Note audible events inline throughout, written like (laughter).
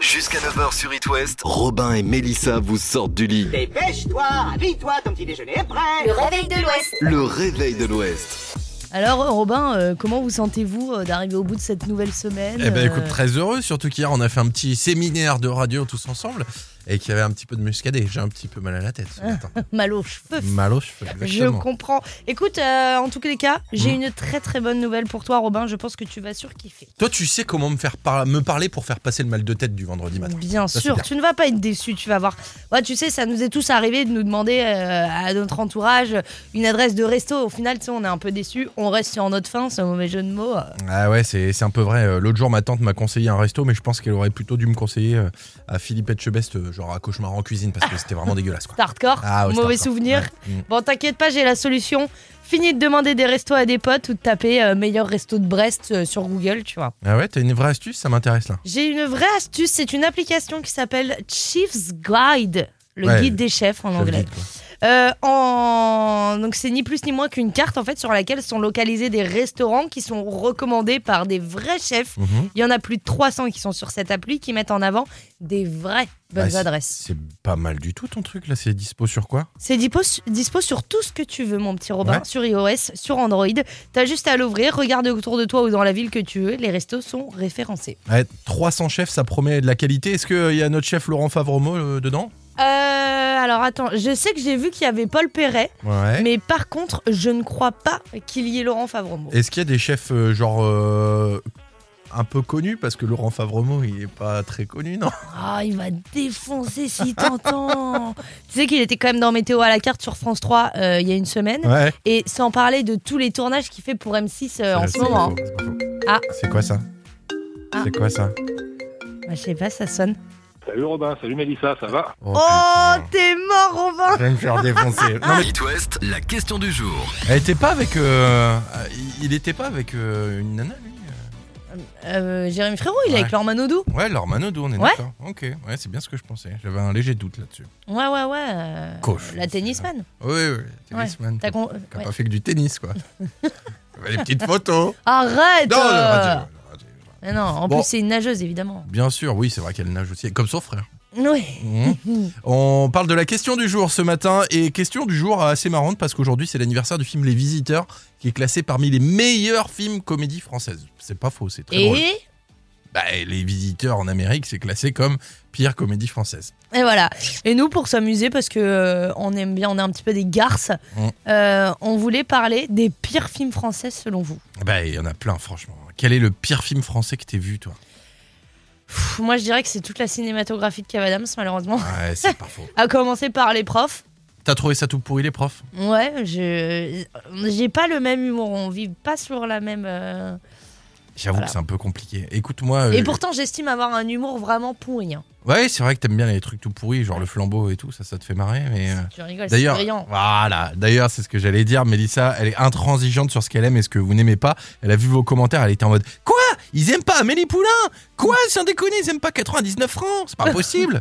Jusqu'à 9h sur It West, Robin et Mélissa vous sortent du lit. Dépêche-toi, habille-toi, ton petit déjeuner est prêt. Le réveil de l'Ouest. Le réveil de l'Ouest. Alors Robin, euh, comment vous sentez-vous euh, d'arriver au bout de cette nouvelle semaine Eh ben euh, écoute, très heureux, surtout qu'hier on a fait un petit séminaire de radio tous ensemble et qu'il y avait un petit peu de muscadet. J'ai un petit peu mal à la tête ce (laughs) matin. Mal aux cheveux. Mal aux cheveux, Je exactement. comprends. Écoute, euh, en tous les cas, j'ai Mm. une très très bonne nouvelle pour toi, Robin. Je pense que tu vas surkiffer. Toi, tu sais comment me faire par- me parler pour faire passer le mal de tête du vendredi matin. Bien Bah, Ça, sûr, super. tu ne vas pas être déçu, tu vas voir. Ouais, tu sais, ça nous est tous arrivé de nous demander euh, à notre entourage une adresse de resto. Au final, tu sais, on est un peu déçu, on reste sur notre faim, c'est un mauvais jeu de mots. euh. Ah ouais, c'est c'est un peu vrai. Euh, L'autre jour, ma tante m'a conseillé un resto, mais je pense qu'elle aurait plutôt dû me conseiller euh, à Philippe Etchebest, euh, genre à Cauchemar en cuisine, parce que c'était vraiment dégueulasse. Quoi. C'est hardcore, Ah ouais, c'est mauvais hardcore. souvenir. Ouais. Mm. Bon, t'inquiète pas, j'ai la solution. Fini de demander des restos à des potes ou de taper euh, meilleur resto de Brest euh, sur Google, tu vois. Ah ouais, t'as une vraie astuce, ça m'intéresse là. J'ai une vraie astuce, c'est une application qui s'appelle Chief's Guide, le Ouais, guide des chefs en Je le anglais. dis, quoi. Euh, en... Donc c'est ni plus ni moins qu'une carte en fait sur laquelle sont localisés des restaurants qui sont recommandés par des vrais chefs. Mhm. Il y en a plus de 300 qui sont sur cette appli qui mettent en avant des vraies bonnes Bah, c'est- adresses. C'est pas mal du tout ton truc là, c'est dispo sur quoi C'est dispo, dispo sur tout ce que tu veux, mon petit Robin, Ouais. sur iOS, sur Android. T'as juste à l'ouvrir, regarde autour de toi ou dans la ville que tu veux, les restos sont référencés. Ouais, 300 chefs, ça promet de la qualité. Est-ce qu'il y a notre chef Laurent Favremo euh, dedans Euh, alors attends, je sais que j'ai vu qu'il y avait Paul Perret, Ouais. mais par contre, je ne crois pas qu'il y ait Laurent Favremo. Est-ce qu'il y a des chefs euh, genre euh, un peu connus Parce que Laurent Favremo, il est pas très connu, non Ah, il va défoncer si t'entends. tu sais qu'il était quand même dans Météo à la carte sur France 3 euh, il y a une semaine. Ouais. Et sans parler de tous les tournages qu'il fait pour M6 euh, en ce moment. Ah. C'est quoi ça Ah. C'est quoi ça Bah, je sais pas, ça sonne. Salut Robin, salut Mélissa, ça va Oh, Oh, Ah. putain. t'es mort, Robin Je vais me faire défoncer. Non, mais It West, la question du jour. elle était pas avec. euh, euh, il était pas avec euh, une nana, lui Euh, Jérémy Frérot, il est Ouais. avec Laure Manodou. Ouais, leur Manodou, on est Ouais. d'accord. Ok, ouais, c'est bien ce que je pensais. J'avais un léger doute là-dessus. Ouais, ouais, ouais. euh, Coach. La tennisman. Oui, oui, tennisman. T'as con- Qui a ouais. pas fait que du (laughs) tennis, quoi. Les petites photos. Arrête Non, euh. le radio, le radio. Mais non, en Bon. plus, c'est une nageuse, évidemment. Bien sûr, oui, c'est vrai qu'elle nage aussi, comme son frère. Oui. Mhm. (laughs) On parle de la question du jour ce matin, et question du jour assez marrante parce qu'aujourd'hui c'est l'anniversaire du film Les Visiteurs, qui est classé parmi les meilleurs films comédie française. C'est pas faux, c'est très drôle. Et, Bah, les Visiteurs en Amérique, c'est classé comme pire comédie française. et voilà. Et nous, pour s'amuser, parce que euh, on aime bien, on est un petit peu des garces, Mm. euh, on voulait parler des pires films français selon vous. Bah, il y en a plein, franchement. Quel est le pire film français que t'aies vu, toi Pff, moi, je dirais que c'est toute la cinématographie de Kev Adams, malheureusement. (laughs) Ouais, c'est pas faux. À commencer par les profs. T'as trouvé ça tout pourri, les profs Ouais, je j'ai pas le même humour, on vit pas sur la même. euh, J'avoue Voilà. que c'est un peu compliqué. Écoute-moi. Et euh, pourtant, j'estime avoir un humour vraiment pourri. hein. Ouais, c'est vrai que t'aimes bien les trucs tout pourris, genre le flambeau et tout, ça, ça te fait marrer, mais. euh, Tu rigoles, c'est D'ailleurs, brillant. voilà. D'ailleurs, c'est ce que j'allais dire. Mélissa, elle est intransigeante sur ce qu'elle aime et ce que vous n'aimez pas. Elle a vu vos commentaires. Elle était en mode Quoi Ils aiment pas Amélie Poulain Quoi Sans déconner, ils aiment pas 99 francs C'est pas (laughs) possible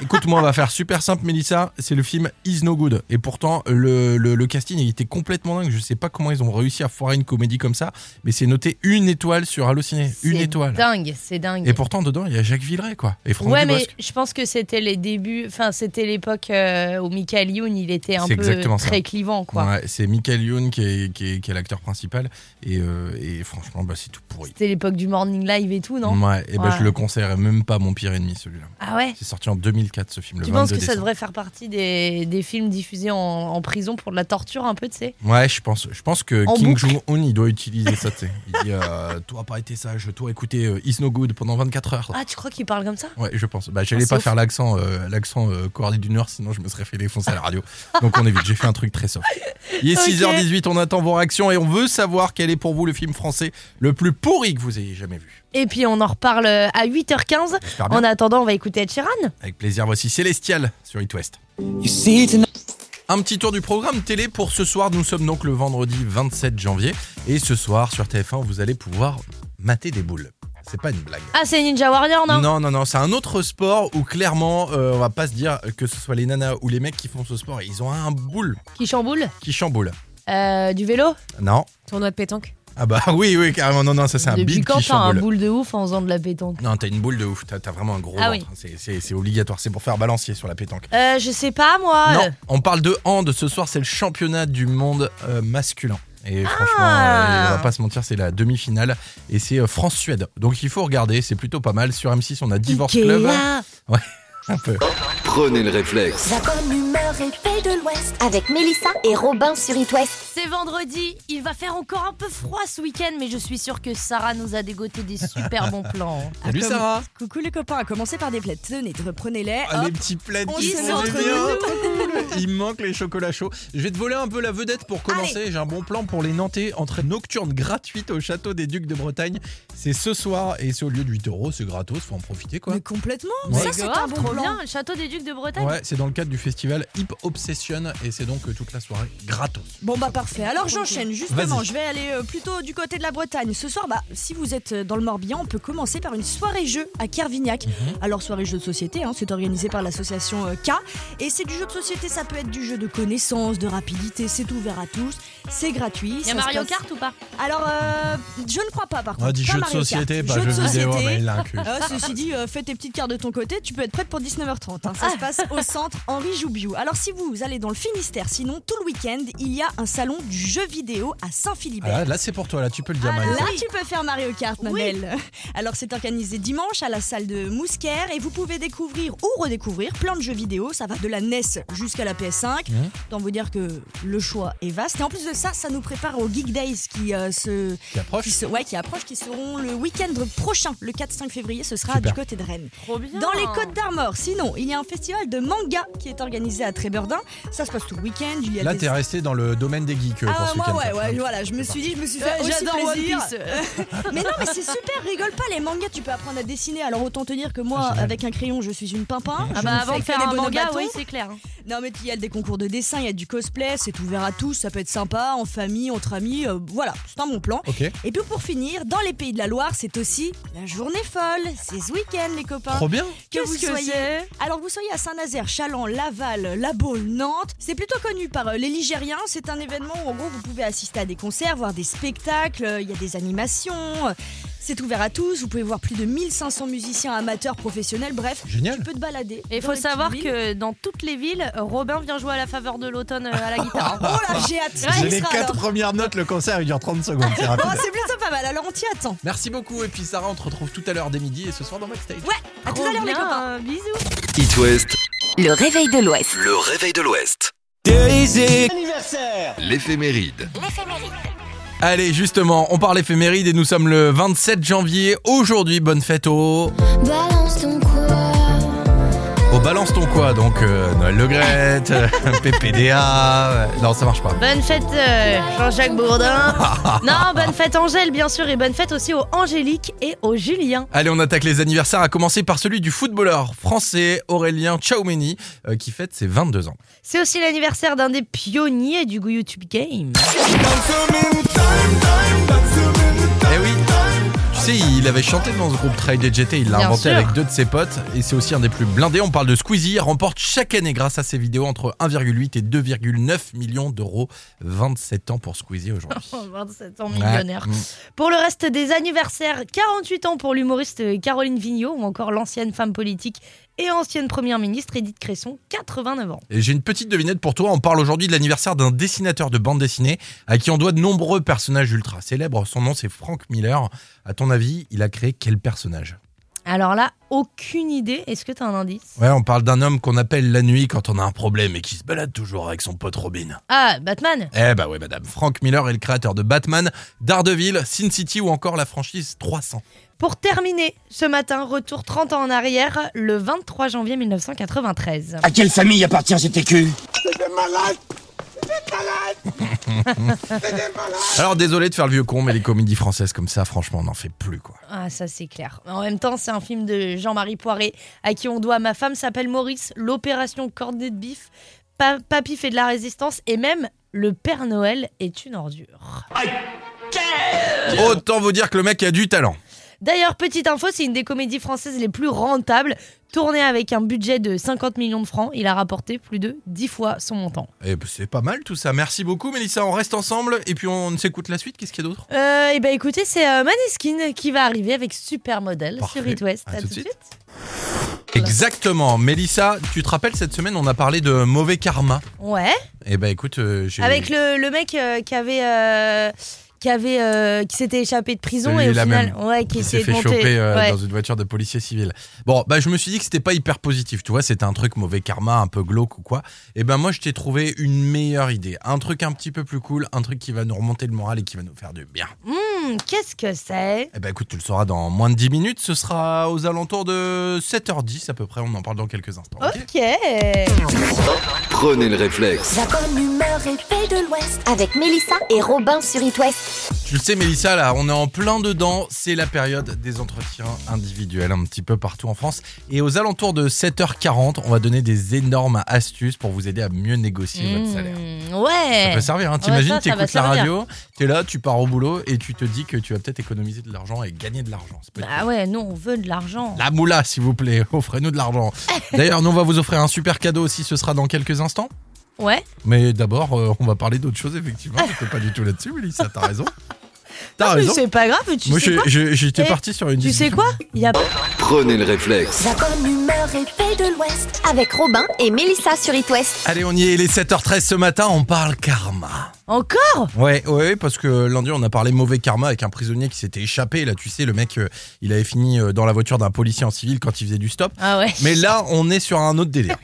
Écoute-moi, on va faire super simple, Mélissa. C'est le film Is No Good. Et pourtant, le, le- le casting, il était complètement dingue. Je sais pas comment ils ont réussi à foirer une comédie comme ça, mais c'est noté une étoile sur Allociné. Une C'est étoile. Dingue, c'est dingue. Et pourtant, dedans, il y a Jacques Villeray, quoi. Et Franck ouais, mais Dubosc. je pense que c'était les débuts, enfin, c'était l'époque euh, où Michael Youn, il était un C'est peu exactement ça. très clivant, quoi. Ouais, c'est Michael Youn qui est, qui est- qui est l'acteur principal. Et, euh, et franchement, bah, c'est tout pourri. C'était l'époque du morning live et tout, non ouais, et ben Ouais. je le conseillerais même pas mon pire ennemi celui-là. Ah ouais C'est sorti en 2004 ce film. Le Tu penses 22 que ça décembre. devrait faire partie des, des films diffusés en, en prison pour de la torture, un peu, tu sais Ouais, je pense. Je pense que En King boucle. Jong-un il doit utiliser ça. tu sais. Il dit euh, toi pas été sage, toi écouter euh, Is No Good pendant 24 heures. Ah, tu crois qu'il parle comme ça Ouais, je pense. Bah, j'allais Ah, pas sauf- faire l'accent, euh, l'accent euh, Corée du Nord, sinon je me serais fait défoncer à la radio. Donc on évite. J'ai fait un truc très soft. Il est (laughs) Ok. 6h18. On attend vos réactions et on veut savoir quel est pour vous le film français le plus pourri que vous ayez jamais vu. Et puis, on en reparle euh, à 8h15. J'espère bien. En attendant, on va écouter Ed Sheeran. Avec plaisir, voici Célestial sur It West. Un petit tour du programme télé pour ce soir. Nous sommes donc le vendredi 27 janvier. Et ce soir, sur TF1, vous allez pouvoir mater des boules. C'est pas une blague. Ah, c'est Ninja Warrior, non non, non, c'est un autre sport où clairement, euh, on va pas se dire que ce soit les nanas ou les mecs qui font ce sport. Ils ont un boule Qui chamboule qui chamboule. Euh, Du vélo Non, Tournoi de pétanque. Ah bah (laughs) oui, oui, carrément. Non, non, ça c'est un Depuis big quand qui t'as un chamboule. boule de ouf en faisant de la pétanque Non, t'as une boule de ouf. T'as t'as vraiment un gros Ah ventre. C'est- C'est c'est obligatoire. C'est pour faire balancier sur la pétanque. euh, Je sais pas moi. Non, on parle de hand. Ce soir, c'est le championnat du monde euh, masculin. Et franchement, Ah. euh, on va pas se mentir, c'est la demi-finale. Et c'est euh, France-Suède. Donc il faut regarder. C'est plutôt pas mal. Sur M6, on a Divorce Ikea. Club. Un peu. Prenez le réflexe. La bonne humeur et paix de l'Ouest avec Mélissa et Robin sur It West. C'est vendredi, il va faire encore un peu froid ce week-end, mais je suis sûre que Sarah nous a dégoté des super bons (laughs) plans. Salut comme- Sarah. Coucou les copains, à commencer par des plaies. Tenez, reprenez-les. Ah, hop. les petits plaids on qui se sont met entre géniaux. Il manque les chocolats chauds. Je vais te voler un peu la vedette pour commencer. J'ai un bon plan pour les Nantais. Entrée nocturne gratuite au château des Ducs de Bretagne. C'est ce soir et c'est au lieu de 8 euros. C'est gratos. Faut en profiter quoi. Mais complètement. Ouais. Ça, c'est un grave, bon Oh trop plan. bien, le château des Ducs de Bretagne. Ouais, c'est dans le cadre du festival Hip Obsession et c'est donc euh, toute la soirée gratos. Bon bah parfait. Alors j'enchaîne justement. Vas-y. Je vais aller euh, plutôt du côté de la Bretagne. Ce soir, bah si vous êtes euh, dans le Morbihan, on peut commencer par une soirée jeu à Kervignac. Mhm. Alors soirée jeu de société, hein, c'est organisé par l'association euh, K. Et c'est du jeu de société. Ça peut être du jeu de connaissances, de rapidité. C'est ouvert à tous. C'est gratuit. Il y a ça se Mario passe- Kart ou pas Alors euh, je ne crois pas par contre. On a dit Pas jeu de Mario Kart. société, pas Jeu jeu de vidéo, hein, société. mais il l'a (laughs) inclus. Euh, ceci dit, euh, fais tes petites cartes de ton côté, tu peux être prête pour 19h30. hein. Ça se passe au centre Henri Joubiou. Alors si vous allez dans le Finistère, sinon tout le week-end, il y a un salon du jeu vidéo Ah, à Saint-Philibert. là, là, c'est pour toi, là tu peux le dire, Ah, Maëlle. Là, tu peux faire Mario Kart, ma Oui. belle. Alors, c'est organisé dimanche à la salle de Mousquaire et vous pouvez découvrir ou redécouvrir plein de jeux vidéo. Ça va de la NES jusqu'à la PS5. Mhm. Tant vous dire que le choix est vaste. Et en plus de ça, ça nous prépare aux Geek Days qui euh, se Qui approche. qui, se- ouais, qui approchent, qui seront le week-end prochain, le 4-5 février, ce sera Super. du côté de Rennes. Trop bien. Dans les Côtes d'Armor, sinon, il y a un festival de manga qui est organisé à Tréberdin. Ça se passe tout le week-end. Il y a Là, des- t'es resté dans le domaine des geeks euh, pour ah ce moi week-end. ouais toi. ouais voilà je me suis dit je me suis Euh, fait aussi J'adore One plaisir Piece. Euh, mais non mais c'est super rigole pas les mangas tu peux apprendre à dessiner alors autant te dire que Ah, moi génial. avec un crayon je suis une pimpin Ah (laughs) Je bah ne avant fais de que faire des un bonhommes manga, bâtons. oui, c'est clair. hein. non mais il y a des concours de dessin il y a du cosplay c'est ouvert à tous ça peut être sympa en famille entre amis euh, voilà c'est un bon plan Ok, et puis pour finir, dans les pays de la Loire, c'est aussi la journée folle. C'est ce week-end, les copains. trop bien. que vous soyez. Alors vous soyez à Saint-Nazaire, Chaland, Laval, La Baule, Nantes. C'est plutôt connu par euh, les Ligériens. C'est un événement où en gros vous pouvez assister à des concerts, voir des spectacles, euh, il y a des animations. euh, C'est ouvert à tous. Vous pouvez voir plus de 1500 musiciens amateurs, professionnels. Bref, Génial. tu peux te balader. Et il dans faut les petites savoir villes. que dans toutes les villes, Robin vient jouer à la faveur de l'automne euh, à la guitare. (laughs) Oh là, j'ai hâte. J'ai Il les sera quatre alors. premières notes, le concert il dure 30 secondes, (laughs) c'est Oh, rapide. c'est plutôt pas mal. Alors on t'y attend. Merci beaucoup et puis Sarah, on te retrouve tout à l'heure dès midi et ce soir dans Backstage. Ouais, à tout à l'heure les Trop bien, copains. euh, Bisous. It West, Le réveil de l'Ouest. le réveil de l'Ouest. Anniversaire L'éphéméride. Allez, justement, on parle éphéméride et nous sommes le 27 janvier. Aujourd'hui, bonne fête au... Balance ton quoi Au Balance ton quoi, donc euh, Noël Legrette, euh, (laughs) PPDA... euh, Non, ça marche pas. Bonne fête euh, Jean-Jacques Bourdin. (laughs) non, bonne fête Angèle, bien sûr, et bonne fête aussi aux Angélique et aux Julien. Allez, on attaque les anniversaires, à commencer par celui du footballeur français Aurélien Tchouameni, euh, qui fête ses 22 ans. C'est aussi l'anniversaire d'un des pionniers du YouTube Game. Eh oui Tu sais, il avait chanté dans ce groupe Trail DJT, il l'a Bien inventé sûr. avec deux de ses potes, et c'est aussi un des plus blindés. On parle de Squeezie, il remporte chaque année grâce à ses vidéos entre 1,8 et 2,9 millions d'euros. 27 ans pour Squeezie aujourd'hui. Oh, 27 ans Oh, Ouais. Mm. millionnaire. Pour le reste des anniversaires, 48 ans pour l'humoriste Caroline Vigneault ou encore l'ancienne femme politique et ancienne première ministre Edith Cresson, 89 ans. Et J'ai une petite devinette pour toi. On parle aujourd'hui de l'anniversaire d'un dessinateur de bande dessinée à qui on doit de nombreux personnages ultra célèbres. Son nom, c'est Frank Miller. À ton avis, il a créé quel personnage Alors là, aucune idée. Est-ce que t'as un indice Ouais, on parle d'un homme qu'on appelle la nuit quand on a un problème et qui se balade toujours avec son pote Robin. Ah, Batman Eh bah ouais, madame. Frank Miller est le créateur de Batman, Daredevil, Sin City ou encore la franchise 300. Pour terminer, ce matin, retour 30 ans en arrière, le 23 janvier 1993. À quelle famille appartient cet écu Alors désolé de faire le vieux con, mais les comédies françaises comme ça, franchement, on n'en fait plus quoi. Ah, ça c'est clair. En même temps, c'est un film de Jean-Marie Poiré à qui on doit Ma femme s'appelle Maurice, l'opération Cornet de bif, Pa- Papy fait de la résistance et même Le Père Noël est une ordure. Autant vous dire que le mec a du talent. D'ailleurs, petite info, c'est une des comédies françaises les plus rentables. Tournée avec un budget de 50 millions de francs, il a rapporté plus de 10 fois son montant. Eh ben, c'est pas mal tout ça. Merci beaucoup, Mélissa. On reste ensemble et puis on s'écoute la suite. Qu'est-ce qu'il y a d'autre Euh, et ben écoutez, c'est euh, Maneskin qui va arriver avec Supermodel Parfait. sur It West. À À, tout tout de de suite. suite. Exactement. Mélissa, tu te rappelles, cette semaine, on a parlé de mauvais karma. Ouais. Eh ben, écoute, euh, j'ai. Avec le, le mec euh, qui avait. euh, qui avait euh, qui s'était échappé de prison et au Celui-là final même, ouais qui, qui s'est était fait monté choper euh, Ouais. dans une voiture de policier civil. Bon, bah je me suis dit que c'était pas hyper positif, tu vois, c'était un truc mauvais karma, un peu glauque ou quoi. Et ben moi je t'ai trouvé une meilleure idée, un truc un petit peu plus cool, un truc qui va nous remonter le moral et qui va nous faire du bien. Hmm, qu'est-ce que c'est Eh ben écoute, tu le sauras dans moins de 10 minutes, ce sera aux alentours de 7h10 à peu près, on en parle dans quelques instants. ok ok Prenez le réflexe. La bonne humeur et paix de l'Ouest avec Mélissa et Robin sur It West. Tu le sais Mélissa, là on est en plein dedans, c'est la période des entretiens individuels un petit peu partout en France. Et aux alentours de 7h40, on va donner des énormes astuces pour vous aider à mieux négocier votre salaire. Hmm, Ça ouais peut servir, hein. t'imagines, ça, ça va t'écoutes la servir. radio, t'es là, tu pars au boulot et tu te dis que tu vas peut-être économiser de l'argent et gagner de l'argent. Ça peut être bah ouais non on veut de l'argent La moula, s'il vous plaît, (laughs) offrez-nous (laughs) de l'argent. D'ailleurs, nous, on va vous offrir un super cadeau aussi, ce sera dans quelques instants. ouais Mais d'abord, euh, on va parler d'autre chose, effectivement. J'étais pas du tout là-dessus, Mélissa, t'as (laughs) raison. T'as Ah, mais raison. c'est pas grave tu Moi, sais j'ai- quoi j'ai- j'étais Eh, parti sur une tu sais discussion. quoi il y a Prenez le réflexe. La bonne humeur et paix de l'Ouest avec Robin et Mélissa sur It West. Allez, on y est, il est 7h13 ce matin, on parle karma. encore Ouais, ouais, parce que lundi, on a parlé mauvais karma avec un prisonnier qui s'était échappé. Là, tu sais, le mec, euh, il avait fini euh, dans la voiture d'un policier en civil quand il faisait du stop. ah ouais Mais là, on est sur un autre délire.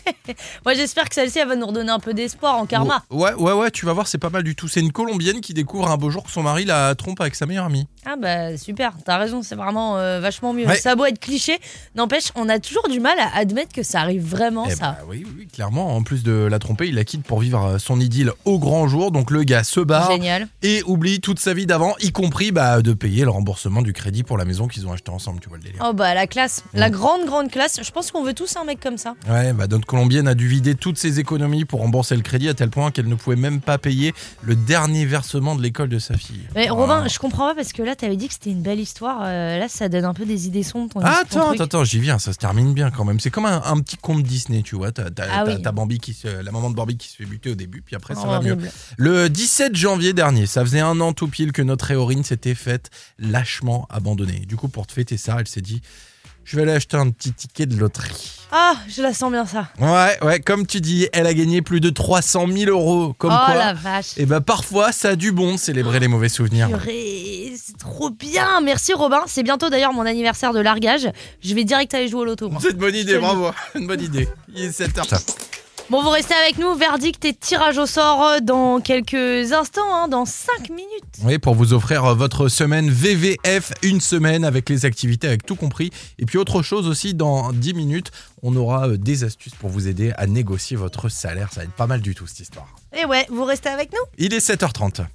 moi j'espère que celle-ci elle va nous redonner un peu d'espoir en (laughs) karma Ouais, ouais, ouais, tu vas voir, c'est pas mal du tout. C'est une Colombienne qui découvre un beau jour que son mari la trompe avec sa meilleure amie. Ah bah super, t'as raison, c'est vraiment euh, vachement mieux. Ouais. Ça a beau être cliché, n'empêche, on a toujours du mal à admettre que ça arrive vraiment Eh ça. bah oui, oui, oui, clairement. En plus de la tromper, il la quitte pour vivre euh, son idylle au grand jour. Donc le gars se barre Génial. et oublie toute sa vie d'avant, y compris bah, de payer le remboursement du crédit pour la maison qu'ils ont acheté ensemble. Tu vois le délire. Oh bah la classe, la grande grande classe. Je pense qu'on veut tous un mec comme ça. Ouais, bah notre Colombienne a dû vider toutes ses économies pour rembourser le crédit à tel point qu'elle ne pouvait même pas payer le dernier versement de l'école de sa fille. Mais Oh. Robin, je comprends pas parce que là t'avais dit que c'était une belle histoire. euh, là ça donne un peu des idées sombres. Ton, Ah, ton attends, truc. attends, attends, j'y viens, ça se termine bien quand même. C'est comme un, un petit conte Disney, tu vois. T'as t'as- Ah t'as- oui. t'as Bambi qui se, la maman de Bambi qui se fait buter au début, puis après ça Oh, va mieux. horrible. Le 17 janvier dernier, ça faisait un an tout pile que notre Éorine s'était faite lâchement abandonnée. Du coup, pour te fêter ça, elle s'est dit, je vais aller acheter un petit ticket de loterie. Ah, je la sens bien ça. Ouais, ouais, comme tu dis, elle a gagné plus de 300 000 euros. Comme oh quoi. la vache. Et bah parfois ça a du bon de célébrer les mauvais souvenirs. Purée, C'est trop bien, merci Robin. C'est bientôt d'ailleurs mon anniversaire de largage. Je vais direct aller jouer au loto. moi. C'est une bonne idée, Je te le bravo, (laughs) une bonne idée. Il est 7h. Bon, vous restez avec nous. Verdict et tirage au sort euh, dans quelques instants, hein, dans 5 minutes. Oui, pour vous offrir euh, votre semaine VVF, une semaine avec les activités, avec tout compris. Et puis autre chose aussi, dans 10 minutes, on aura euh, des astuces pour vous aider à négocier votre salaire. Ça va être pas mal du tout cette histoire. Et Eh ouais, vous restez avec nous. Il est 7h30.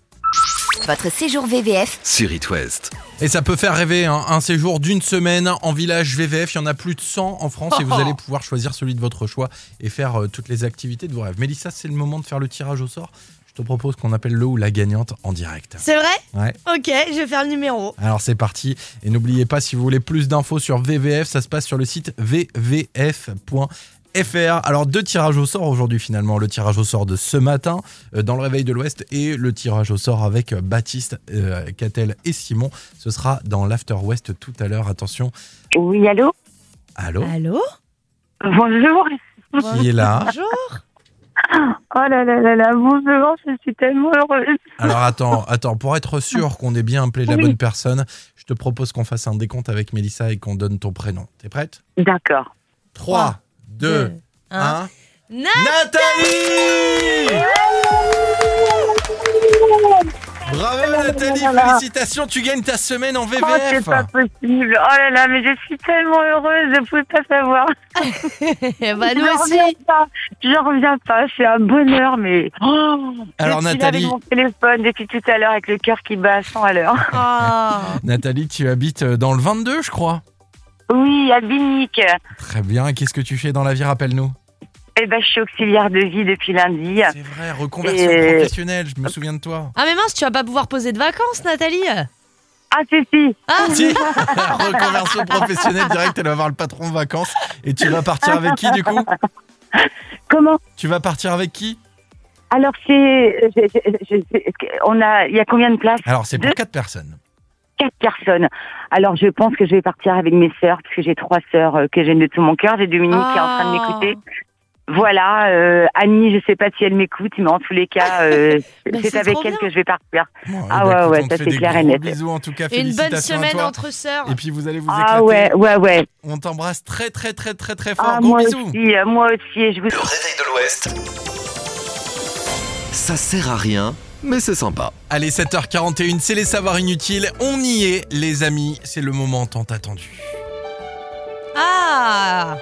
Votre séjour VVF Sur It West. Et ça peut faire rêver, hein. un séjour d'une semaine en village VVF, il y en a plus de 100 en France et vous allez pouvoir choisir celui de votre choix et faire euh, toutes les activités de vos rêves. Mélissa, c'est le moment de faire le tirage au sort. Je te propose qu'on appelle le ou la gagnante en direct. C'est vrai Ouais. Ok, je vais faire le numéro. Alors c'est parti et n'oubliez pas si vous voulez plus d'infos sur VVF, ça se passe sur le site vvf.fr. Alors deux tirages au sort aujourd'hui finalement, le tirage au sort de ce matin euh, dans le réveil de l'Ouest et le tirage au sort avec euh, Baptiste, euh, Catel et Simon. Ce sera dans l'After West tout à l'heure. Attention. Oui, allô Allô Ah. Allô Bonjour. Qui est là Bonjour. Oh là là là là, bonjour, je suis tellement heureuse. Alors attends, attends, pour être sûr qu'on ait bien appelé la bonne personne, je te propose qu'on fasse un décompte avec Mélissa et qu'on donne ton prénom. T'es prête D'accord. 3, 2, Deux, un. 1. Na- Nathalie Bravo Nathalie, félicitations, tu gagnes ta semaine en Oh, c'est VVF. pas possible. Oh là là, mais je suis tellement heureuse, je ne pouvais pas savoir. (laughs) Eh bah, je nous aussi. reviens pas. Je reviens pas, c'est un bonheur, mais. Oh, Alors, je suis là Nathalie- avec mon téléphone depuis tout à l'heure avec le cœur qui bat à 100 à l'heure. Ah. Nathalie, tu habites euh, dans le 22, je crois. (laughs) Oui, à Binic. Très bien, et qu'est-ce que tu fais dans la vie, rappelle-nous Eh ben, je suis auxiliaire de vie depuis lundi. C'est vrai, reconversion Et- professionnelle, je me souviens de toi. Ah, mais mince, tu vas pas pouvoir poser de vacances, Nathalie. Ah, si, si. Ah, Si (laughs) Reconversion professionnelle directe, elle va voir le patron en vacances. Et tu vas partir avec qui du coup Comment Tu vas partir avec qui Alors, c'est. je- je- je- je- On a. Il y a combien de places Alors c'est pour Deux. quatre personnes. Quatre personnes. Alors, je pense que je vais partir avec mes sœurs, parce que j'ai trois sœurs euh, que j'aime de tout mon cœur. J'ai Dominique qui est en train de Ah. m'écouter. Voilà, euh, Annie, je sais pas si elle m'écoute, mais en tous les (laughs) cas, euh, Bah, c'est c'est avec trop elle bien. que je vais partir. Bon, eh Ah ben, ouais, écoute, ouais, on te ça, fait c'est des clair et gros net. bisous en tout cas. Et une bonne félicitations à semaine toi. entre sœurs. Et puis vous allez vous éclater. Ah ouais, ouais, ouais. On t'embrasse très très très très très fort. Ah, gros moi bisous. aussi, euh, moi aussi, et je vous Le réveil de l'Ouest. Ça sert à rien, mais c'est sympa. Allez 7h41, c'est les savoirs inutiles. On y est les amis, c'est le moment tant attendu. Ah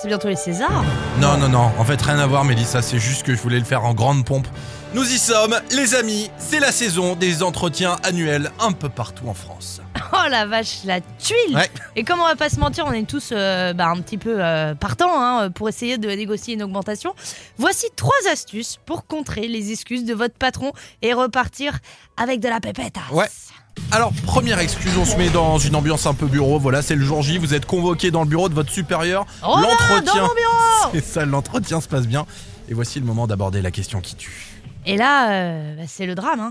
C'est bientôt les Césars. Non, non, non, en fait rien à voir Mélissa, c'est juste que je voulais le faire en grande pompe. Nous y sommes, les amis, c'est la saison des entretiens annuels un peu partout en France. Oh la vache, la tuile Ouais. Et comme on va pas se mentir, on est tous euh, bah, un petit peu euh, partants hein, pour essayer de négocier une augmentation. Voici trois astuces pour contrer les excuses de votre patron et repartir avec de la pépette. Ouais. Alors, première excuse, on se met dans une ambiance un peu bureau. Voilà, c'est le jour J, vous êtes convoqué dans le bureau de votre supérieur. Oh là, dans mon bureau (laughs) C'est ça, l'entretien se passe bien. Et voici le moment d'aborder la question qui tue. Et là, euh, bah, c'est le drame. Hein.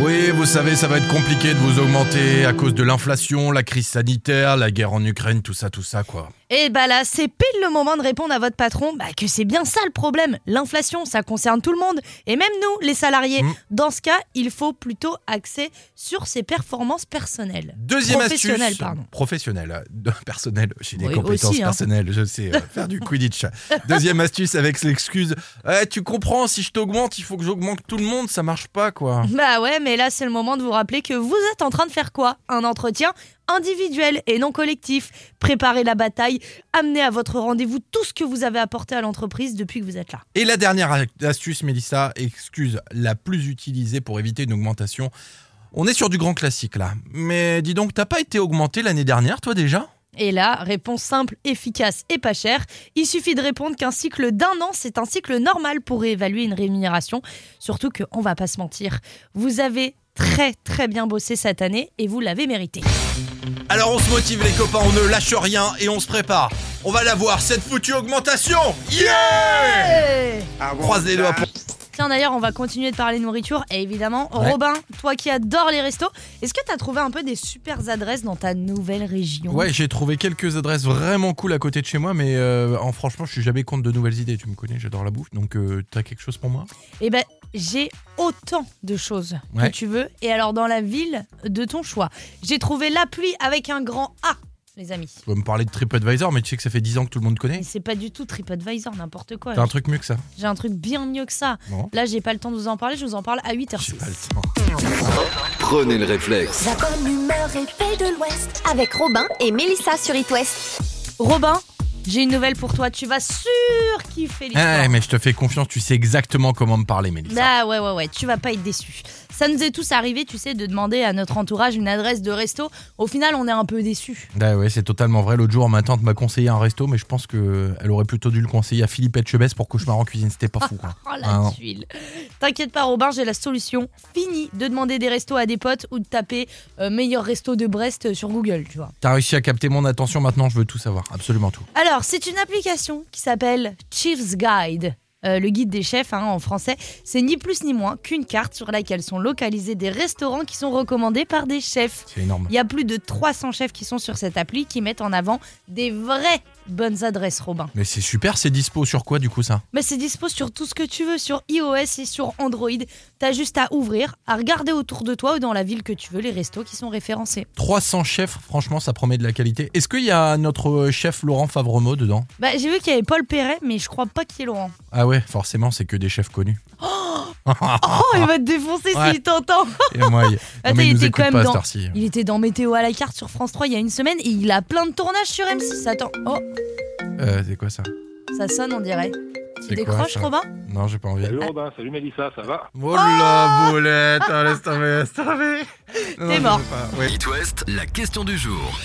Oui, vous savez, ça va être compliqué de vous augmenter à cause de l'inflation, la crise sanitaire, la guerre en Ukraine, tout ça, tout ça, quoi. Et bah là, c'est pile le moment de répondre à votre patron bah, que c'est bien ça le problème. L'inflation, ça concerne tout le monde, et même nous, les salariés. Mm. Dans ce cas, il faut plutôt axer sur ses performances personnelles. Deuxième Professionnelle, astuce. pardon. Professionnel, euh, personnel. J'ai des Oui, compétences aussi, hein. personnelles, je sais euh, faire (laughs) du Quidditch. Deuxième astuce avec l'excuse. Eh, tu comprends, si je t'augmente, il faut que j'augmente tout le monde, ça marche pas, quoi. Bah ouais, mais là, c'est le moment de vous rappeler que vous êtes en train de faire quoi Un entretien individuel et non collectif. Préparez la bataille, amenez à votre rendez-vous tout ce que vous avez apporté à l'entreprise depuis que vous êtes là. Et la dernière astuce, Mélissa, excuse, la plus utilisée pour éviter une augmentation. On est sur du grand classique là. Mais dis donc, t'as pas été augmenté l'année dernière, toi déjà Et là, réponse simple, efficace et pas chère. Il suffit de répondre qu'un cycle d'un an, c'est un cycle normal pour évaluer une rémunération. Surtout qu'on va pas se mentir, vous avez très très bien bossé cette année et vous l'avez mérité. Alors on se motive les copains, on ne lâche rien et on se prépare. On va l'avoir, cette foutue augmentation Yeah Croise les doigts pour... Tiens d'ailleurs, on va continuer de parler nourriture et évidemment, Ouais. Robin, toi qui adores les restos, est-ce que tu as trouvé un peu des super adresses dans ta nouvelle région Mmh. Ouais, j'ai trouvé quelques adresses vraiment cool à côté de chez moi, mais euh, en franchement, je suis jamais contre de nouvelles idées. Tu me connais, j'adore la bouffe, donc euh, t'as quelque chose pour moi Eh ben, j'ai autant de choses Ouais. que tu veux. Et alors, dans la ville de ton choix, j'ai trouvé l'appli avec un grand A, les amis. Tu vas me parler de TripAdvisor, mais tu sais que ça fait 10 ans que tout le monde connaît. Mais c'est pas du tout TripAdvisor, n'importe quoi. T'as un truc mieux que ça J'ai un truc bien mieux que ça. Non. Là, j'ai pas le temps de vous en parler, je vous en parle à J'ai 8h06. pas le temps. Prenez le réflexe. La bonne humeur et paix de l'Ouest avec Robin et Mélissa sur It West. Robin, j'ai une nouvelle pour toi. Tu vas surkiffer l'histoire. Ah, mais je te fais confiance, tu sais exactement comment me parler, Mélissa. Ah ouais ouais ouais, tu vas pas être déçu. Ça nous est tous arrivé, tu sais, de demander à notre entourage une adresse de resto. Au final, on est un peu déçu. Bah ouais, c'est totalement vrai. L'autre jour, ma tante m'a conseillé un resto, mais je pense que elle aurait plutôt dû le conseiller à Philippe Etchebest pour cauchemar en cuisine. C'était pas fou. quoi. Oh la Ah non. tuile. T'inquiète pas Robin, j'ai la solution. Fini de demander des restos à des potes ou de taper euh, meilleur resto de Brest euh, sur Google, tu vois. T'as réussi à capter mon attention. Maintenant, je veux tout savoir, absolument tout. Alors, c'est une application qui s'appelle Chef's Guide. Euh, le guide des chefs hein, en français, c'est ni plus ni moins qu'une carte sur laquelle sont localisés des restaurants qui sont recommandés par des chefs. C'est énorme. Il y a plus de 300 chefs qui sont sur cette appli qui mettent en avant des vraies bonnes adresses, Robin. Mais c'est super. C'est dispo sur quoi du coup ça Mais c'est dispo sur tout ce que tu veux, sur iOS et sur Android. T'as juste à ouvrir, à regarder autour de toi ou dans la ville que tu veux les restos qui sont référencés. 300 chefs. Franchement, ça promet de la qualité. Est-ce qu'il y a notre chef Laurent Favremo dedans Bah, j'ai vu qu'il y avait Paul Perret, mais je crois pas qu'il y ait Laurent. Ah ouais, forcément, c'est que des (laughs) chefs connus. Oh, il va te défoncer Ah. Ouais. s'il t'entend Et moi, il... Attends, mais il il nous était quand écoute même pas à dans- cette heure-ci. Il était dans Météo à la carte sur France 3 il y a une semaine et il a plein de tournages sur M6. Attends, oh, Euh, c'est quoi ça ça sonne on dirait. Tu C'est quoi, décroches ça Robin Non, j'ai pas envie. Salut Robin, salut Mélissa, ça va Oh la boulette, ah, laisse tomber, laisse (laughs) tomber. Non, je mort. veux pas, ouais. It West, la question du jour.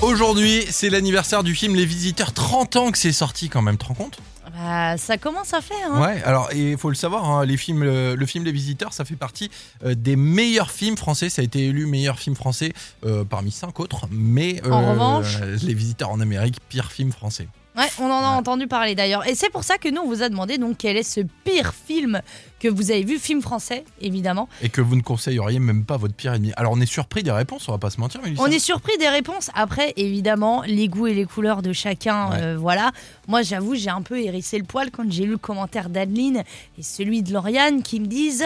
Aujourd'hui, c'est l'anniversaire du film Les Visiteurs, 30 ans que c'est sorti quand même, te rends compte Bah Bah, ça commence à faire. Hein. Ouais, alors il faut le savoir, hein, les films, euh, le film Les Visiteurs, ça fait partie euh, des meilleurs films français. Ça a été élu meilleur film français euh, parmi cinq autres, mais euh, En revanche- Les Visiteurs en Amérique, pire film français. Ouais, on en a Ouais. entendu parler d'ailleurs. Et c'est pour ça que nous, on vous a demandé donc quel est ce pire film que vous avez vu, film français, évidemment. Et que vous ne conseilleriez même pas à votre pire ennemi. Alors on est surpris des réponses, on va pas se mentir, mais On est surpris des réponses. Après, évidemment, les goûts et les couleurs de chacun, Ouais. euh, voilà. Moi, j'avoue, j'ai un peu hérissé le poil quand j'ai lu le commentaire d'Adeline et celui de Lauriane qui me disent...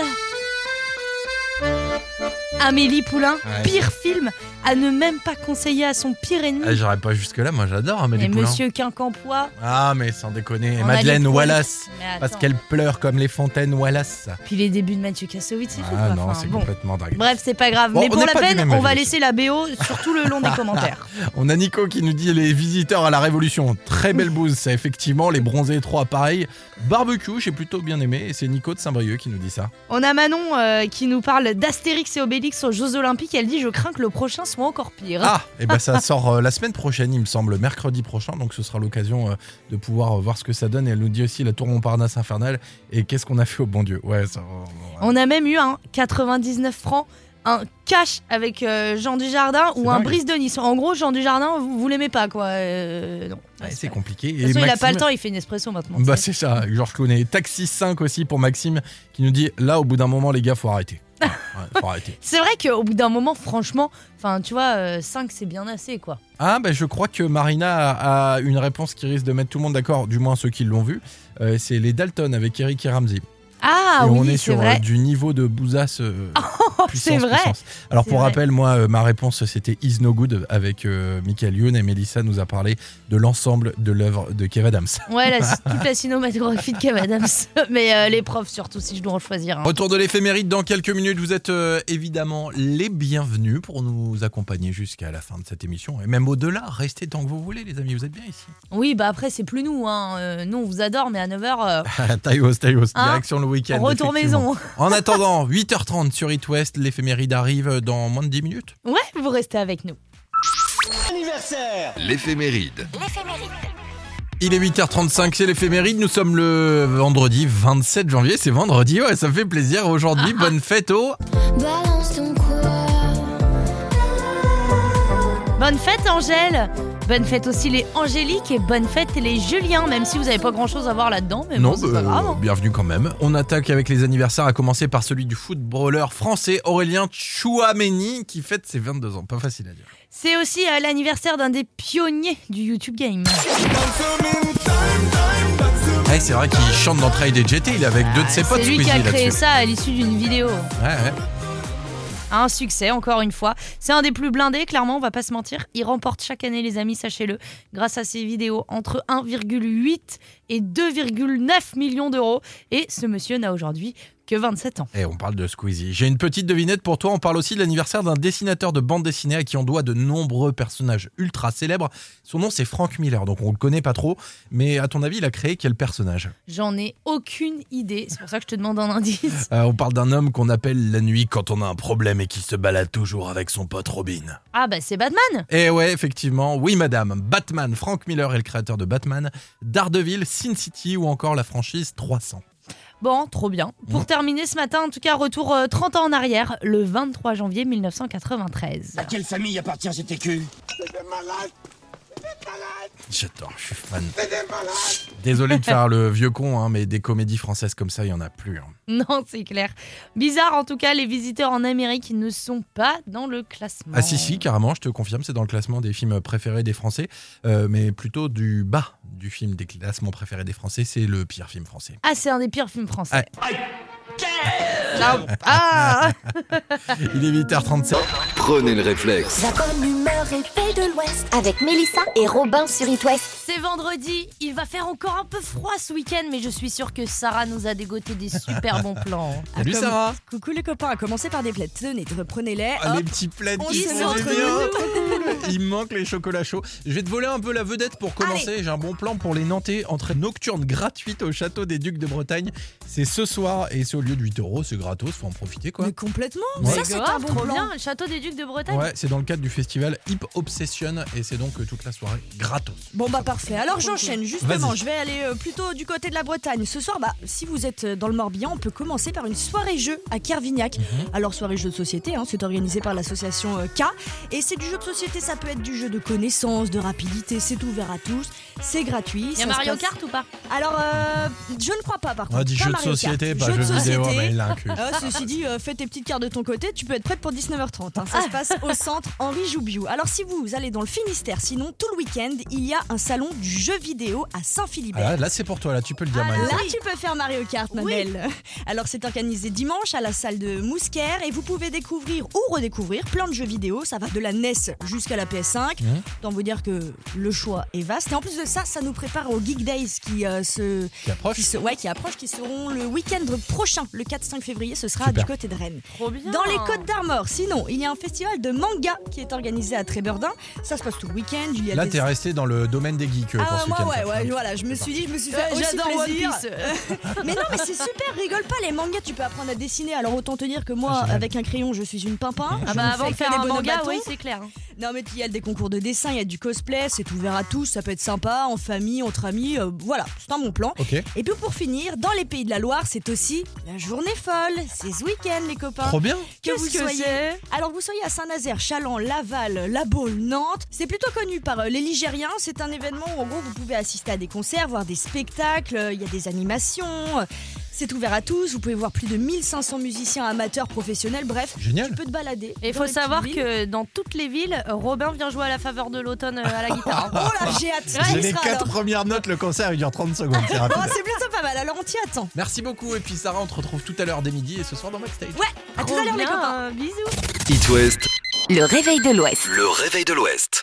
Amélie Poulain, Ouais. pire film à ne même pas conseiller à son pire ennemi. J'aurais Ah, pas jusque-là, moi j'adore et Ah, Amélie Poulain. Monsieur Quincampoix, Ah, mais sans déconner. On a Madeleine les points. Wallace. Mais attends. Parce qu'elle pleure comme les fontaines Wallace. Puis les débuts de Mathieu Kassovitz, c'est fou. Ah quoi. non, Enfin, c'est bon. complètement dingue. Bref, c'est pas grave. Bon, Mais on pour n'est la pas du peine, même on avis va aussi. laisser la BO sur tout le long (laughs) des commentaires. On a Nico qui nous dit les visiteurs à la Révolution. Très belle bouse, ça effectivement. Les bronzés 3, pareil. Barbecue, j'ai plutôt bien aimé. Et c'est Nico de Saint-Brieuc qui nous dit ça. On a Manon euh, qui nous parle d'Astérix et Obélix aux Jeux Olympiques. Elle dit Je crains que le prochain soit encore pire. Ah, et ben ça sort euh, la semaine prochaine, il me semble, mercredi prochain. Donc ce sera l'occasion euh, de pouvoir euh, voir ce que ça donne. Et elle nous dit aussi la tour Montparnasse infernale. Et qu'est-ce qu'on a fait au bon Dieu Ouais, ça. on- on- On a même eu un 99 francs, un cash avec euh, Jean Dujardin ou C'est un dingue. Brice de Nice. En gros, Jean Dujardin, vous, vous l'aimez pas, quoi. Euh, non. ouais, Ouais, c'est c'est pas- De compliqué. toute façon, il a Maxime- pas le temps, il fait une espresso maintenant. Bah tu sais. c'est ça, avec Georges Clooney. Taxi 5 aussi pour Maxime qui nous dit là au bout d'un moment les gars (laughs) faut arrêter. Ouais, faut arrêter. c'est vrai qu'au bout d'un moment, franchement, enfin, tu vois, euh, 5 c'est bien assez, quoi. Ah bah je crois que Marina a a une réponse qui risque de mettre tout le monde d'accord, du moins ceux qui l'ont vu. Euh, c'est les Dalton avec Eric et Ramsey. Ah et oui, on est c'est sur vrai. (laughs) Ah, Oh, euh, du niveau de bousasse. euh, puissance, c'est vrai. puissance. Alors C'est pour vrai. rappel, moi euh, ma réponse c'était Is No Good avec euh, Michael Youn et Melissa nous a parlé de l'ensemble de l'œuvre de Kev Adams. Ouais, la, toute la cinématographie de Kev Adams. (laughs) Mais euh, les profs, surtout, si je dois en choisir. hein. un. Retour de l'éphéméride dans quelques minutes. Vous êtes euh, évidemment les bienvenus pour nous accompagner jusqu'à la fin de cette émission et même au-delà. Restez tant que vous voulez, les amis. Vous êtes bien (laughs) ici. Oui, bah après, c'est plus nous. Hein. Euh, nous, on vous adore, mais à euh, 9h, Taïos, Taïos, Hein direction le week-end. retour effectivement. maison. En attendant, 8h30 sur It West, l'éphéméride arrive dans moins de 10 minutes. (laughs) Ouais, vous restez avec nous. Anniversaire L'éphéméride. Il est 8h35, c'est l'éphéméride. Nous sommes le vendredi 27 janvier. C'est vendredi, ouais, ça fait plaisir. Ah, Aujourd'hui, bonne fête au. Balance ton Bonne fête, Angèle. Bonne fête aussi, les Angélique. Et bonne fête, les Julien. Même si vous n'avez pas grand chose à voir là-dedans. Mais bon, c'est bah, pas grave. hein. bienvenue quand même. On attaque avec les anniversaires, à commencer par celui du footballeur français Aurélien Chouameni qui fête ses 22 ans. Pas facile à dire. C'est aussi euh, l'anniversaire d'un des pionniers du YouTube Game. Ouais, c'est vrai qu'il chante dans Trail des GT, il est avec deux de ses Ah, potes c'est lui qui a Squeezie, créé là-dessus. ça à l'issue d'une vidéo. Ouais, ouais. Un succès, encore une fois. C'est un des plus blindés, clairement, on va pas se mentir. Il remporte chaque année, les amis, sachez-le, grâce à ses vidéos, entre 1,8 et 2,9 millions d'euros. Et ce monsieur n'a aujourd'hui que 27 ans. Et Eh, on parle de Squeezie. J'ai une petite devinette pour toi. On parle aussi de l'anniversaire d'un dessinateur de bande dessinée à qui on doit de nombreux personnages ultra célèbres. Son nom, c'est Frank Miller, donc on le connaît pas trop. Mais à ton avis, il a créé quel personnage J'en ai aucune idée, c'est pour ça que je te demande un (laughs) indice. Euh, On parle d'un homme qu'on appelle la nuit quand on a un problème et qui se balade toujours avec son pote Robin. Ah bah c'est Batman Et ouais, effectivement, oui madame, Batman, Frank Miller est le créateur de Batman, Daredevil, Sin City ou encore la franchise 300. Bon, trop bien. Mm. Pour terminer ce matin, en tout cas, retour euh, 30 ans en arrière, le 23 janvier 1993. À quelle famille appartient cet écu J'adore, je suis fan. Désolé de faire le vieux con, hein, mais des comédies françaises comme ça, il y en a plus. hein. Non, c'est clair. Bizarre, en tout cas, les visiteurs en Amérique ils ne sont pas dans le classement. Ah si, si, carrément, je te confirme, c'est dans le classement des films préférés des Français, euh, mais plutôt du bas du film des classements préférés des Français, c'est le pire film français. Ah, c'est un des pires films français. Ouais. Là, ah Il est 8h37. Prenez le réflexe. La bonne humeur est faite de l'Ouest avec Mélissa et Robin sur It West. c'est vendredi, il va faire encore un peu froid ce week-end, mais je suis sûre que Sarah nous a dégoté des super bons (laughs) plans. Ah, Salut comme- Sarah Coucou les copains, à commencer par des plaids. Tenez, reprenez-les. Ah, hop. Les petits plaids On qui se sont montre géniaux. nous. Il me manque les chocolats chauds. Je vais te voler un peu la vedette pour commencer. J'ai un bon plan pour les Nantais. Entrée nocturne gratuite au château des Ducs de Bretagne. C'est ce soir et c'est au lieu de 8 euros. C'est gratos, faut en profiter quoi. Mais complètement. Ouais. Ça, c'est un Grave, bon trop plan. bien, le château des Ducs de Bretagne. Ouais, c'est dans le cadre du festival Hip Obsession et c'est donc euh, toute la soirée gratos. Bon bah parfait. Alors j'enchaîne justement. Vas-y. Je vais aller euh, plutôt du côté de la Bretagne. Ce soir, bah si vous êtes euh, dans le Morbihan, on peut commencer par une soirée jeu à Kervignac. Mhm. Alors soirée jeu de société, hein, c'est organisé par l'association euh, K. Et c'est du jeu de société. Ça peut être du jeu de connaissances, de rapidité. C'est ouvert à tous. C'est gratuit. Il y a ça se Mario passe- Kart ou pas Alors euh, je ne crois pas par On contre. a dit Ah, Pas jeu de Mario Kart. société, bah, pas Jeu de jeu vidéo, société. mais il a un cul. Ah, ceci dit, euh, fais tes petites cartes de ton côté, tu peux être prête pour 19h30. hein. Ça se passe au centre Henri Joubiou. Alors si vous allez dans le Finistère, sinon tout le week-end, il y a un salon du jeu vidéo à Ah, Saint-Philibert. là, là, c'est pour toi, là tu peux le dire, Maëlle. Ah, Là, tu peux faire Mario Kart, ma belle. Alors, c'est organisé dimanche à la salle de Mousquaire et vous pouvez découvrir ou redécouvrir plein de jeux vidéo. Ça va de la NES jusqu'à la PS5. Mhm. Tant vous dire que le choix est vaste. Et en plus de ça, ça nous prépare aux Geek Days qui euh, se Qui approche. qui se- ouais, qui approchent, qui seront le week-end prochain, le 4-5 février, ce sera Super. du côté de Rennes. Trop bien. Dans les Côtes d'Armor, sinon, il y a un festival de manga qui est organisé à Tréberdin. Ça se passe tout le week-end. Il y a Là, des... t'es resté dans le domaine des geeks euh, pour Ah, ce moi, week-end. ouais, ouais, voilà, je me suis dit, je me suis fait aussi J'adore Euh, One plaisir. (laughs) Piece. (laughs) Mais non, mais c'est super, rigole pas, les mangas, tu peux apprendre à dessiner. Alors autant te dire que Ah, moi, génial. avec un crayon, je suis une pimpin. Ah bah Je ne avant de fais que faire des un bonhommes manga, bâtons. oui, c'est clair. hein. Non mais il y a des concours de dessin, il y a du cosplay, c'est ouvert à tous, ça peut être sympa, en famille, entre amis, euh, voilà, c'est un bon plan. Ok. Et puis pour finir, dans les pays de la Loire, c'est aussi la journée folle, c'est ce week-end les copains. Trop bien. que vous Qu'est-ce que soyez c'est alors vous soyez à Saint-Nazaire, Chaland, Laval, La Baule, Nantes, c'est plutôt connu par euh, les Ligériens. C'est un événement où en gros vous pouvez assister à des concerts, voir des spectacles, euh, il y a des animations. euh, C'est ouvert à tous, vous pouvez voir plus de 1500 musiciens amateurs, professionnels, bref. Génial. Tu peux te balader. Et il dans faut les savoir petites villes. que dans toutes les villes, Robin vient jouer à la faveur de l'automne euh, à la guitare. (laughs) Oh là, (laughs) j'ai hâte. J'ai Il J'ai les sera quatre alors. premières notes, le concert il dure 30 secondes, c'est Oh, rapide. c'est plutôt pas mal, alors on t'y attend. Merci beaucoup et puis Sarah, on te retrouve tout à l'heure dès midi et ce soir dans Backstage. Ouais, à tout à l'heure les Trop bien, copains. euh, Bisous. It West, Le réveil de l'Ouest. le réveil de l'Ouest.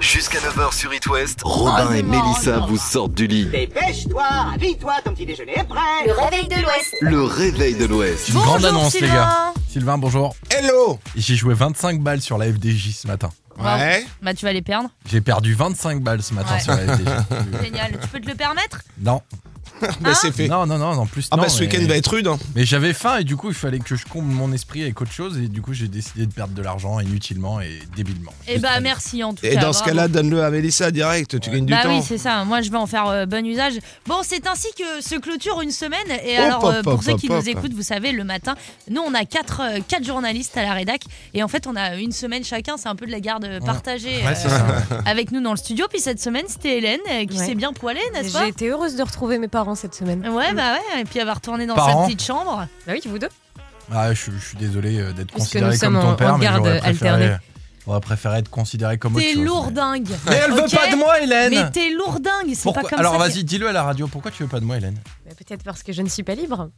Jusqu'à 9h sur It West, Robin et Mélissa vous sortent du lit. Dépêche-toi, habille-toi, ton petit déjeuner est prêt. Le réveil de l'Ouest. Le réveil de l'Ouest. C'est une grande annonce les gars. Sylvain, bonjour. Hello J'ai joué 25 balles sur la FDJ ce matin. Ouais Bah tu vas les perdre. J'ai perdu 25 balles ce matin Ouais. sur la FDJ. (laughs) Génial. tu peux te le permettre non. Bah c'est fait. Hein non, non, non, en plus Ah non, bah ce mais- week-end va être rude hein. Mais j'avais faim et du coup il fallait que je comble mon esprit avec autre chose et du coup j'ai décidé de perdre de l'argent inutilement et débilement. Eh bah merci en tout cas. Et dans ce bravo. cas-là, donne-le à Mélissa direct, tu gagnes du Bah temps. oui, c'est ça. Moi, je vais en faire euh, bon usage. Bon, c'est ainsi que se clôture une semaine. Et Hop, alors, hop, euh, pour hop, ceux hop, qui hop. nous écoutent, vous savez, le matin, nous, on a quatre, euh, quatre journalistes à la rédac. Et en fait, on a une semaine chacun. C'est un peu de la garde partagée Ouais, euh, c'est ça. avec nous dans le studio. Puis cette semaine, c'était Hélène euh, qui Ouais. s'est bien poilée, n'est-ce pas J'ai été heureuse de retrouver mes parents cette semaine. Ouais, bah ouais. Et puis, elle va retourner dans Parents. sa petite chambre. Bah oui, vous deux. Ah, je, je suis désolé euh, d'être Puisque considéré nous comme sommes ton en- père, en mais garde j'aurais préféré, alternée. j'aurais préféré être considéré comme autre T'es chose. mais- lourdingue. Mais elle veut Ok pas de moi, Hélène. Mais t'es lourdingue. C'est pas Pourquoi- comme Alors ça. que- vas-y, dis-le à la radio. Pourquoi tu veux pas de moi, Hélène Bah, Peut-être parce que je ne suis pas libre.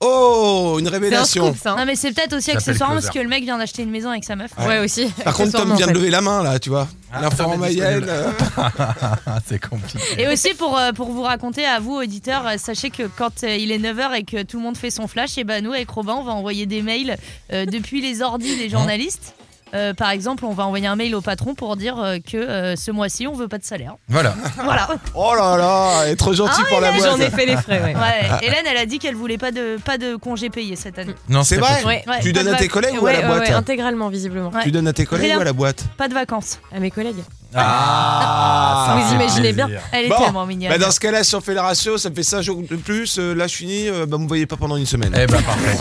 Oh, une C'est un révélation. scoop, ça. hein. Non, mais c'est peut-être aussi J'appelle accessoirement parce Closer. que le mec vient d'acheter une maison avec sa meuf. Ouais, aussi. Par contre, Tom vient de lever la main là, tu vois. Ah, L'info Tom est en Mayenne. disponible. euh, Ah, c'est compliqué. Et aussi pour, euh, pour vous raconter à vous auditeurs, euh, sachez que quand euh, il est 9h et que tout le monde fait son flash, et ben nous avec Robin on va envoyer des mails euh, depuis les ordis Hein des journalistes. Euh, par exemple, on va envoyer un mail au patron pour dire euh, que euh, ce mois-ci on veut pas de salaire. Voilà. Voilà. (laughs) Oh là là, Ah être gentil pour la J'en ai boîte. fait les frais, ouais. Ouais. Hélène, elle a dit qu'elle voulait pas de pas de congé payé cette année. Non, C'est pas vrai possible. Ouais. Ouais, Tu pas de donnes à vac- tes collègues ou à Ouais, la ouais, ouais, boîte intégralement, visiblement. Ouais. Tu donnes à tes collègues Rien. ou à la boîte Pas de vacances. À mes collègues. Ah, Vous imaginez bien. Elle est Bon. tellement mignonne. Bah dans ce cas-là, si on fait le ratio, ça me fait 5 jours de plus. euh, Là, je finis. euh, Bah, vous me voyez pas pendant une semaine. Eh ben parfait.